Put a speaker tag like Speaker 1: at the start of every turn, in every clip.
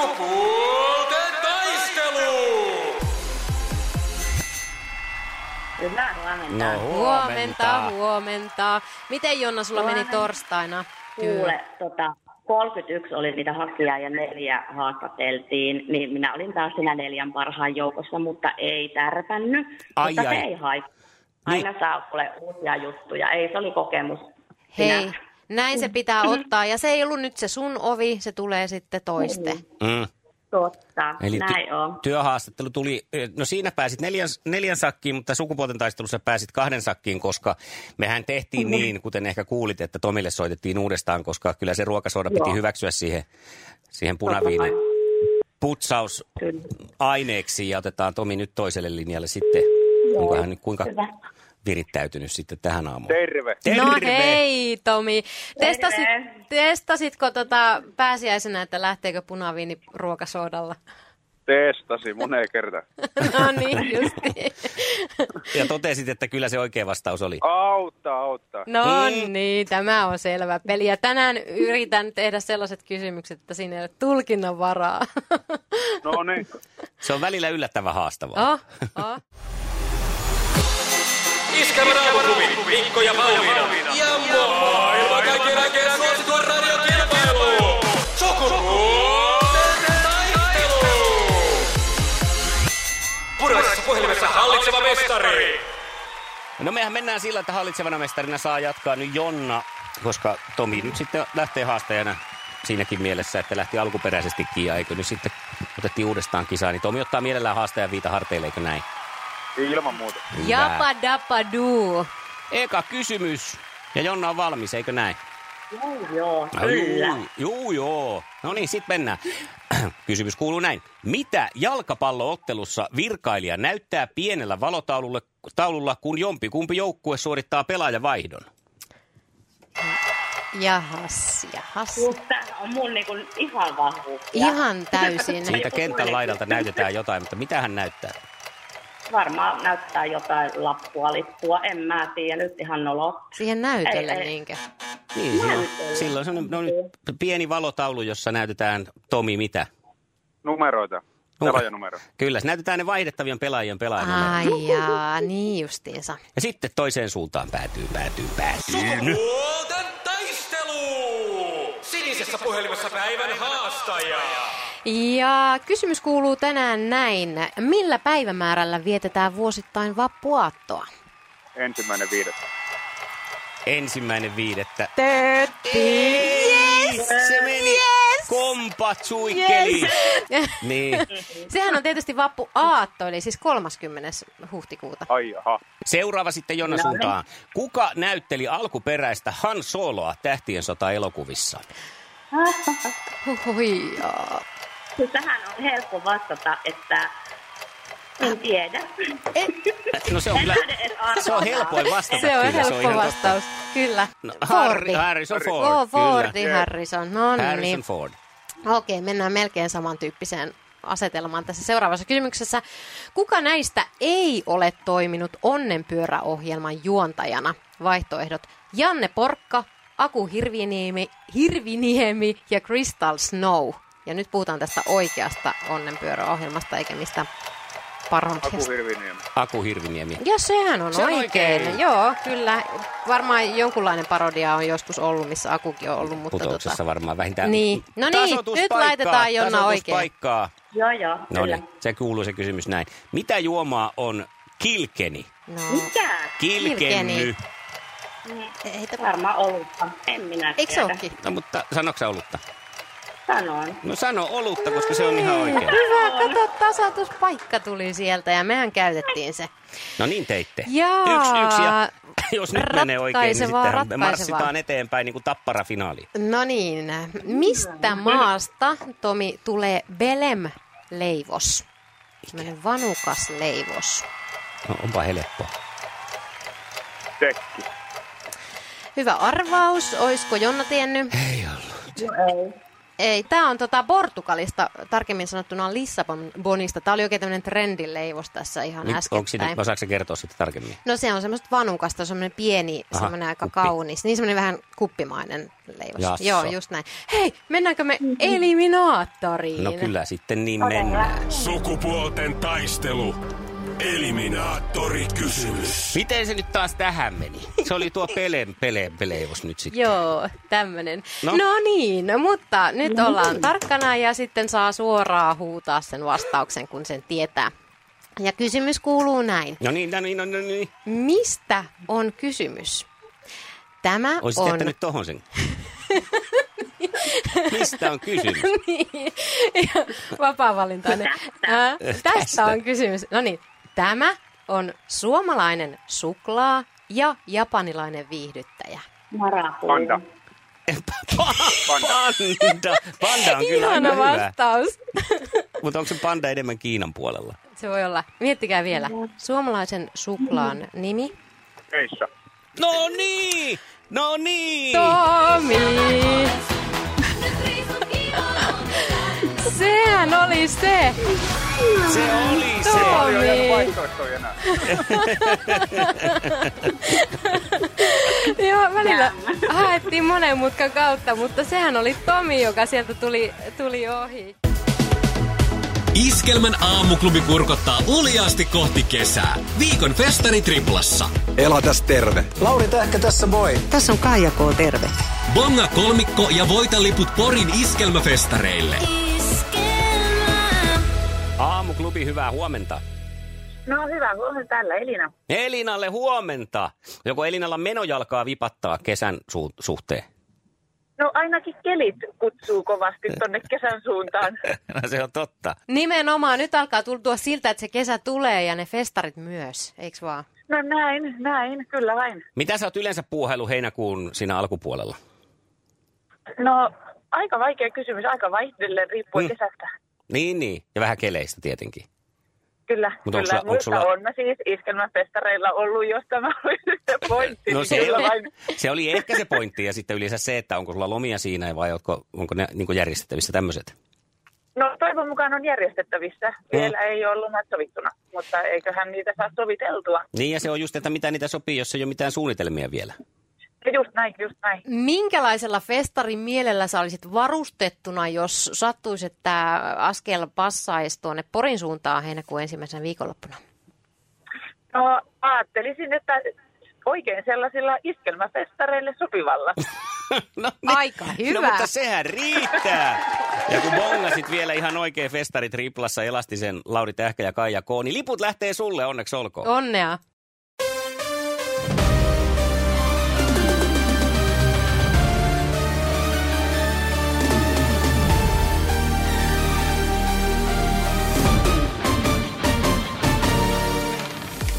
Speaker 1: Sukupuolten taistelu!
Speaker 2: Hyvää huomenta.
Speaker 3: No
Speaker 4: Huomenta,
Speaker 3: huomenta.
Speaker 4: huomenta. Miten Jonna sulla meni
Speaker 2: Huomenta.
Speaker 4: torstaina?
Speaker 2: Kuule, tota, 31 oli niitä hakijaa ja neljä haastateltiin, niin minä olin taas siinä neljän parhaan joukossa, mutta ei tärpännyt.
Speaker 3: Ai,
Speaker 2: mutta se
Speaker 3: ai. Niin.
Speaker 2: ei haittaa. Aina saa kuule uusia juttuja. Ei, se oli kokemus.
Speaker 4: Hei,
Speaker 2: Sinä-
Speaker 4: näin se pitää
Speaker 2: Mm-hmm.
Speaker 4: ottaa. Ja se ei ollut nyt se sun ovi, se tulee sitten toisten.
Speaker 2: Mm-hmm.
Speaker 3: Mm.
Speaker 2: Totta,
Speaker 3: Eli
Speaker 2: näin
Speaker 3: ty-
Speaker 2: on.
Speaker 3: työhaastattelu tuli, no siinä pääsit neljän, neljän sakkiin, mutta sukupuolten taistelussa pääsit kahden sakkiin, koska mehän
Speaker 2: Mhm.
Speaker 3: tehtiin niin, kuten ehkä kuulit, että Tomille soitettiin uudestaan, koska kyllä se ruokasoda piti
Speaker 2: Joo.
Speaker 3: hyväksyä siihen, siihen punaviinen putsaus
Speaker 2: Kyllä.
Speaker 3: aineeksi ja otetaan Tomi nyt toiselle linjalle sitten. Onko hän nyt kuinka
Speaker 2: Hyvä.
Speaker 3: virittäytynyt sitten tähän aamuun?
Speaker 1: Terve.
Speaker 4: No hei Tomi, Testasit,
Speaker 2: Terve.
Speaker 4: testasitko tota pääsiäisenä, että lähteekö punaviini ruokasoodalla?
Speaker 1: Testasi moneen kertaan.
Speaker 4: No niin, justiin.
Speaker 3: Ja totesit, että kyllä se oikea vastaus oli.
Speaker 1: Auttaa, auttaa.
Speaker 4: No niin, tämä on selvä peli. Ja tänään yritän tehdä sellaiset kysymykset, että siinä ei ole tulkinnan varaa.
Speaker 1: No niin.
Speaker 3: Se on välillä yllättävän haastavaa.
Speaker 4: Oh, oh.
Speaker 5: Iskävä raamuklubi, Mikko ja Pauliina. Ja maailman kaikkien aikeen suosituen radiokilpailu. Sukupuolten taistelu. Puraisessa puhelimessa hallitseva mestari.
Speaker 3: No mehän mennään sillä, että hallitsevana mestarina saa jatkaa nyt Jonna, koska Tomi nyt sitten lähtee haastajana siinäkin mielessä, että lähti alkuperäisestikin ja eikö nyt sitten otettiin uudestaan kisaa, niin Tomi ottaa mielellään haastajan viita harteille, eikö näin?
Speaker 1: Ilman muuta.
Speaker 3: Hyvä.
Speaker 4: Japa dapa duu.
Speaker 3: Eka kysymys. Ja Jonna on valmis, eikö näin?
Speaker 2: Joo, joo,
Speaker 3: No,
Speaker 2: kyllä.
Speaker 3: Juu, juu, joo. No niin, sitten mennään. Kysymys kuuluu näin. Mitä jalkapalloottelussa virkailija näyttää pienellä valotaululla, taululla, kun jompi kumpi joukkue suorittaa pelaajavaihdon?
Speaker 4: Jahas, jahas.
Speaker 2: Just tää on mun niinku ihan vahvuus.
Speaker 4: Ihan täysin.
Speaker 3: Siitä kentän laidalta näytetään jotain, mutta mitä hän näyttää?
Speaker 2: Varmaan näyttää jotain lappua, lippua. En mä tiedä, nyt ihan nolo.
Speaker 4: Siihen näytölle
Speaker 2: Ei, ei.
Speaker 4: niinkö?
Speaker 3: Niin, siinä, silloin se on no, nyt pieni valotaulu, jossa näytetään Tomi mitä.
Speaker 1: Numeroita. Pelaajanumero.
Speaker 3: Kyllä, se näytetään ne vaihdettavien pelaajien pelaajanumerot.
Speaker 4: Ai jaa, niin justiinsa.
Speaker 3: Ja sitten toiseen suuntaan päätyy, päätyy, päätyy.
Speaker 5: Sukupuolten taistelu. Sinisessä puhelimessa päivän haastaja.
Speaker 4: Ja kysymys kuuluu tänään näin. Millä päivämäärällä vietetään vuosittain vappuaattoa?
Speaker 1: Ensimmäinen viides.
Speaker 3: Ensimmäinen viidettä.
Speaker 4: Tötti.
Speaker 3: Yes! Se meni.
Speaker 4: Yes!
Speaker 3: Kompat suikkeli. Niin.
Speaker 4: Sehän on tietysti vappuaatto, eli siis 30. huhtikuuta.
Speaker 1: Ai aha.
Speaker 3: Seuraava sitten Jonna suuntaan. Kuka näytteli alkuperäistä Han Soloa Tähtien sota elokuvissa?
Speaker 4: Huijaa.
Speaker 2: Siis Tähän on helppo vastata, että
Speaker 4: Ah.
Speaker 2: en tiedä.
Speaker 4: Eh.
Speaker 3: No se on kyllä, se on helpoin vastata.
Speaker 4: Se on
Speaker 3: kyllä,
Speaker 4: helppo
Speaker 3: ihan totta.
Speaker 4: vastaus, kyllä.
Speaker 3: No,
Speaker 4: Fordi.
Speaker 3: Harri, Harrison Ford, kyllä.
Speaker 4: Joo, Fordi Harrison, no
Speaker 3: Harrison
Speaker 4: niin.
Speaker 3: Ford.
Speaker 4: Okei, mennään melkein samantyyppiseen asetelmaan tässä seuraavassa kysymyksessä. Kuka näistä ei ole toiminut onnenpyöräohjelman juontajana? Vaihtoehdot Janne Porkka, Aku Hirviniemi, Hirviniemi ja Crystal Snow. Ja nyt puhutaan tästä oikeasta onnenpyöräohjelmasta eikä mistä
Speaker 1: Aku
Speaker 4: parodiasta.
Speaker 1: Hirviniemi.
Speaker 3: Aku Hirviniemi.
Speaker 4: Ja sehän on
Speaker 3: Se on
Speaker 4: oikein.
Speaker 3: oikein.
Speaker 4: Joo, kyllä. Varmaan jonkunlainen parodia on joskus ollut, missä Akukin on ollut. Mutta
Speaker 3: Putouksessa
Speaker 4: tota...
Speaker 3: varmaan vähintään.
Speaker 4: Niin. No niin,
Speaker 3: Tasoituspaikkaa,
Speaker 4: nyt laitetaan Jonna
Speaker 3: tasoituspaikkaa.
Speaker 2: Joo, joo,
Speaker 3: No
Speaker 2: kyllä.
Speaker 3: niin, se kuuluu se kysymys näin. Mitä juomaa on kilkeni?
Speaker 4: No.
Speaker 2: Mitä?
Speaker 3: Kilkenny.
Speaker 4: Kilkeni.
Speaker 2: Ei varmaan olutta. En minä
Speaker 4: Eikö se
Speaker 2: tiedä.
Speaker 4: olekin?
Speaker 3: No mutta sanoksi olutta?
Speaker 2: Sanoin.
Speaker 3: No sano olutta, koska se on ihan oikein.
Speaker 4: Hyvä, kato, tasatuspaikka tuli sieltä ja mehän käytettiin se.
Speaker 3: No niin teitte.
Speaker 4: Jaa.
Speaker 3: Yksi, yksi ja jos nyt menee oikein, niin
Speaker 4: Ratkaisevaa,
Speaker 3: sittenhän marssitaan
Speaker 4: ratkaisevaa.
Speaker 3: eteenpäin niin kuin tappara finaali.
Speaker 4: No niin, mistä maasta, Tomi, tulee Belem-leivos? Tämmöinen vanukas leivos.
Speaker 3: No, onpa helppoa.
Speaker 1: Tekki.
Speaker 4: Hyvä arvaus, oisko Jonna tiennyt?
Speaker 3: Ei ollut.
Speaker 2: No ei.
Speaker 4: Ei, tämä on tota Portugalista, tarkemmin sanottuna Lissabonista. Tämä oli oikein tämmöinen trendileivos tässä ihan
Speaker 3: Nyt,
Speaker 4: äskettäin.
Speaker 3: onko siinä, osaako sä kertoa sitä tarkemmin?
Speaker 4: No se on semmoista vanukasta, semmoinen pieni,
Speaker 3: Aha,
Speaker 4: semmoinen aika
Speaker 3: kuppi.
Speaker 4: kaunis. Niin semmoinen vähän kuppimainen leivos.
Speaker 3: Jasso.
Speaker 4: Joo, just näin. Hei, mennäänkö me eliminaattoriin?
Speaker 3: No kyllä, sitten niin mennään.
Speaker 5: Sukupuolten taistelu. Eliminaattori kysymys.
Speaker 3: Miten se nyt taas tähän meni? Se oli tuo peleen peleen peleivos nyt sitten.
Speaker 4: Joo, tämmöinen.
Speaker 3: No.
Speaker 4: No. no niin, no mutta nyt ollaan tarkkana ja sitten saa suoraan huutaa sen vastauksen, kun sen tietää. Ja kysymys kuuluu näin.
Speaker 3: No niin, no niin, no niin. No niin.
Speaker 4: Mistä on kysymys? Tämä
Speaker 3: Olisit
Speaker 4: on...
Speaker 3: jättänyt tohon sen. Mistä on kysymys?
Speaker 4: niin, ihan vapaa-valintainen. Ää,
Speaker 3: Tästä.
Speaker 4: Tästä on kysymys. No niin, tämä on suomalainen suklaa ja japanilainen viihdyttäjä.
Speaker 2: Marapuu.
Speaker 1: Panda.
Speaker 3: Panda. Panda on kyllä aika
Speaker 4: Ihana
Speaker 3: hyvä.
Speaker 4: vastaus.
Speaker 3: Mutta onko se panda enemmän Kiinan puolella?
Speaker 4: Se voi olla. Miettikää vielä. Suomalaisen suklaan nimi.
Speaker 3: Niin.
Speaker 1: Keissa.
Speaker 3: No niin! No niin!
Speaker 4: Tomi! Sehän oli se!
Speaker 3: Se oli se.
Speaker 4: No
Speaker 1: Ei ole jäänyt
Speaker 4: Tomi!
Speaker 1: vaihtoehtoja enää.
Speaker 4: Joo, välillä haettiin monen mutkan kautta, mutta sehän oli Tomi, joka sieltä tuli, tuli ohi.
Speaker 5: Iskelmän aamuklubi kurkottaa uljaasti kohti kesää. Viikon festari triplassa.
Speaker 6: Elatas terve.
Speaker 7: Lauri Tähkä tässä moi.
Speaker 8: Tässä on Kaija K. Terve.
Speaker 5: Bonga kolmikko ja voita liput Porin iskelmäfestareille.
Speaker 3: Aamuklubi, hyvää huomenta.
Speaker 9: No hyvä, huomenta täällä Elina.
Speaker 3: Elinalle huomenta. Joko Elinalla menojalkaa vipattaa kesän su- suhteen?
Speaker 9: No ainakin kelit kutsuu kovasti tonne kesän suuntaan.
Speaker 3: No se on totta.
Speaker 4: Nimenomaan, nyt alkaa tuntua siltä, että se kesä tulee ja ne festarit myös, eiks vaan?
Speaker 9: No näin, näin, kyllä vain.
Speaker 3: Mitä sä oot yleensä puuhailu heinäkuun siinä alkupuolella?
Speaker 9: No aika vaikea kysymys, aika vaihdellen riippuen
Speaker 3: Mm.
Speaker 9: mm. kesästä.
Speaker 3: Niin, niin. Ja vähän keleistä tietenkin.
Speaker 9: Kyllä,
Speaker 3: Mut
Speaker 9: kyllä.
Speaker 3: onks sulla- onks
Speaker 9: Mutta
Speaker 3: sulla-
Speaker 9: on mä siis iskelmäfestareilla ollut, jos tämä oli se pointti.
Speaker 3: No
Speaker 9: niin
Speaker 3: se,
Speaker 9: kyllä vain.
Speaker 3: se oli ehkä se pointti ja sitten yleensä se, että onko sulla lomia siinä vai ootko, onko ne niin järjestettävissä tämmöiset.
Speaker 9: No toivon mukaan on järjestettävissä.
Speaker 3: Mm.
Speaker 9: Vielä ei ole lomat sovittuna, mutta eiköhän niitä saa soviteltua.
Speaker 3: Niin ja se on just, että mitä niitä sopii, jos ei ole mitään suunnitelmia vielä.
Speaker 9: Ja Just näin, just näin.
Speaker 4: Minkälaisella festarin mielellä sä olisit varustettuna, jos sattuisi, että askel passaisi tuonne Porin suuntaan heinäkuun ensimmäisenä viikonloppuna?
Speaker 9: No ajattelisin, että oikein sellaisilla iskelmäfestareille sopivalla.
Speaker 3: No,
Speaker 4: Aika
Speaker 3: No
Speaker 4: hyvä.
Speaker 3: mutta sehän riittää. Ja kun bongasit vielä ihan oikein festarit Riplassa, Elastisen, Lauri Tähkä ja Kaija K, niin liput lähtee sulle, onneksi olkoon.
Speaker 4: Onnea!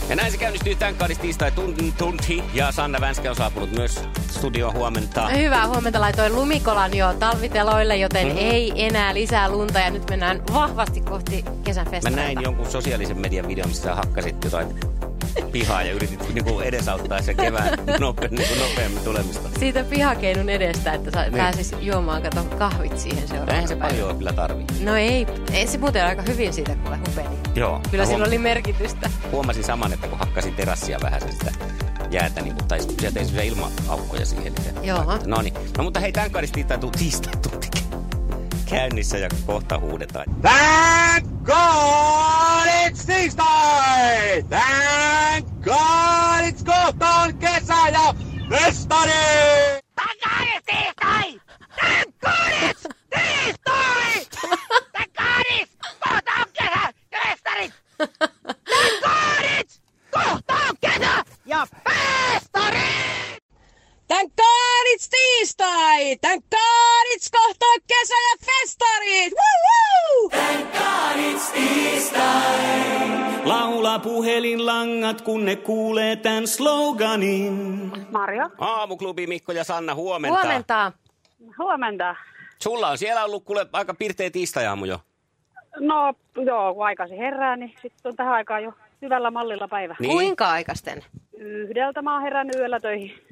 Speaker 3: Ja näin se käynnistyy tämän kaadis tiistai tunti, tunti. Ja Sanna Vänskä on saapunut myös studioon huomenta.
Speaker 4: Hyvää huomenta, laitoin lumikolan jo talviteloille, joten
Speaker 3: Mm.
Speaker 4: mm. ei enää lisää lunta ja nyt mennään vahvasti kohti kesän
Speaker 3: Mä
Speaker 4: festareita.
Speaker 3: näin jonkun sosiaalisen median videon, missä sä hakkasit jotain pihaa ja yritit niinku edesauttaa sen kevään nope, niinku nopeammin tulemista.
Speaker 4: Siitä pihakeinun edestä, että sä
Speaker 3: Niin.
Speaker 4: niin. pääsis juomaan kato kahvit siihen
Speaker 3: Eihän se
Speaker 4: seuraavaksi.
Speaker 3: paljon kyllä tarvii.
Speaker 4: No ei, ei se muuten aika hyvin siitä kuule hupeni.
Speaker 3: Joo.
Speaker 4: Kyllä
Speaker 3: Mä
Speaker 4: sillä
Speaker 3: huom-
Speaker 4: oli merkitystä.
Speaker 3: Huomasin saman, että kun hakkasin terassia vähän se sitä jäätä, niin, tai sieltä ei semmoisia ilmaaukkoja siihen. Niin
Speaker 4: Joo.
Speaker 3: No niin. No mutta hei, tämän kaadis tiistai tu- tiistai tunti kä- käynnissä ja kohta huudetaan.
Speaker 6: Thank God it's tiistai! Thank God it's kohta on kesä ja festari!
Speaker 10: Tän kaadits tiistai! Tän kaadits kohtaa kesä ja festarit! Woo, woo!
Speaker 3: Laula puhelinlangat, kun ne kuulee tämän sloganin.
Speaker 9: Marjo,
Speaker 3: Aamuklubi Mikko ja Sanna, huomenta.
Speaker 4: Huomenta.
Speaker 9: huomenta.
Speaker 3: Sulla on siellä ollut kuule aika pirteä tiistajaamu jo.
Speaker 9: No joo, kun aikaisin herää, niin sitten on tähän aikaan jo hyvällä mallilla päivä.
Speaker 3: Niin.
Speaker 4: Kuinka aikaisten?
Speaker 9: Yhdeltä mä oon herännyt yöllä töihin.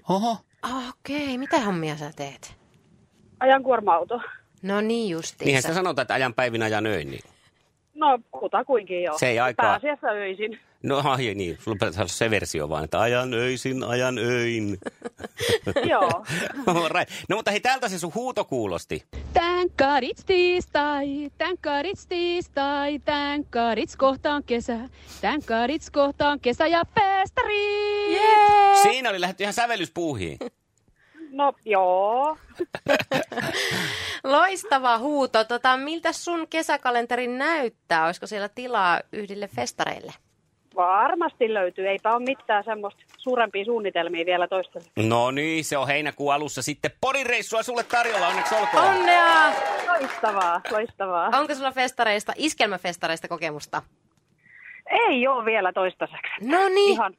Speaker 4: Okei, mitä Ah, hommia sä teet?
Speaker 9: Ajan kuorma-auto.
Speaker 4: No niin justiinsa.
Speaker 3: Niinhän sitä sanotaan, että ajan päivinä ja öin. Niin.
Speaker 9: No kutakuinkin joo.
Speaker 3: Se ei aikaa-
Speaker 9: Pääasiassa öisin.
Speaker 3: No ai niin, sulla pitää olla se versio vaan, että ajan öisin, ajan öin.
Speaker 9: joo.
Speaker 3: All right. no mutta hei, tältä se sun huuto kuulosti.
Speaker 8: Thank God it's tiistai, thank God it's tiistai, thank God it's kohta on kesä, thank God it's kohta on kesä ja festari! Yeah.
Speaker 3: Siinä oli lähdetty ihan sävellyspuuhiin.
Speaker 9: No joo.
Speaker 4: Loistava huuto. Tota, miltä sun kesäkalenteri näyttää? Olisiko siellä tilaa yhdille festareille?
Speaker 9: Varmasti löytyy. Eipä ole mitään semmoista suurempia suunnitelmia vielä toista.
Speaker 3: No niin, se on heinäkuun alussa sitten. Porin reissua sulle tarjolla, onneksi olkoon.
Speaker 4: Onnea!
Speaker 9: Loistavaa, loistavaa.
Speaker 4: Onko sulla festareista, iskelmäfestareista kokemusta?
Speaker 9: Ei ole vielä toistaiseksi.
Speaker 4: No niin.
Speaker 9: Ihan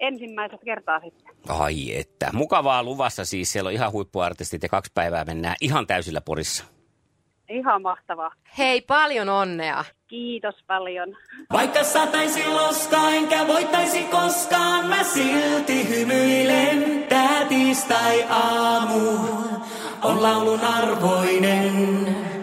Speaker 9: ensimmäiset kertaa sitten.
Speaker 3: Ai että, mukavaa luvassa siis. Siellä on ihan huippuartistit ja kaksi päivää mennään ihan täysillä Porissa.
Speaker 9: Ihan mahtavaa.
Speaker 4: Hei, paljon onnea.
Speaker 9: Kiitos paljon.
Speaker 11: Vaikka sataisi loskaa, enkä voittaisi koskaan, mä silti hymyilen. Tää tiistai aamu on laulun arvoinen.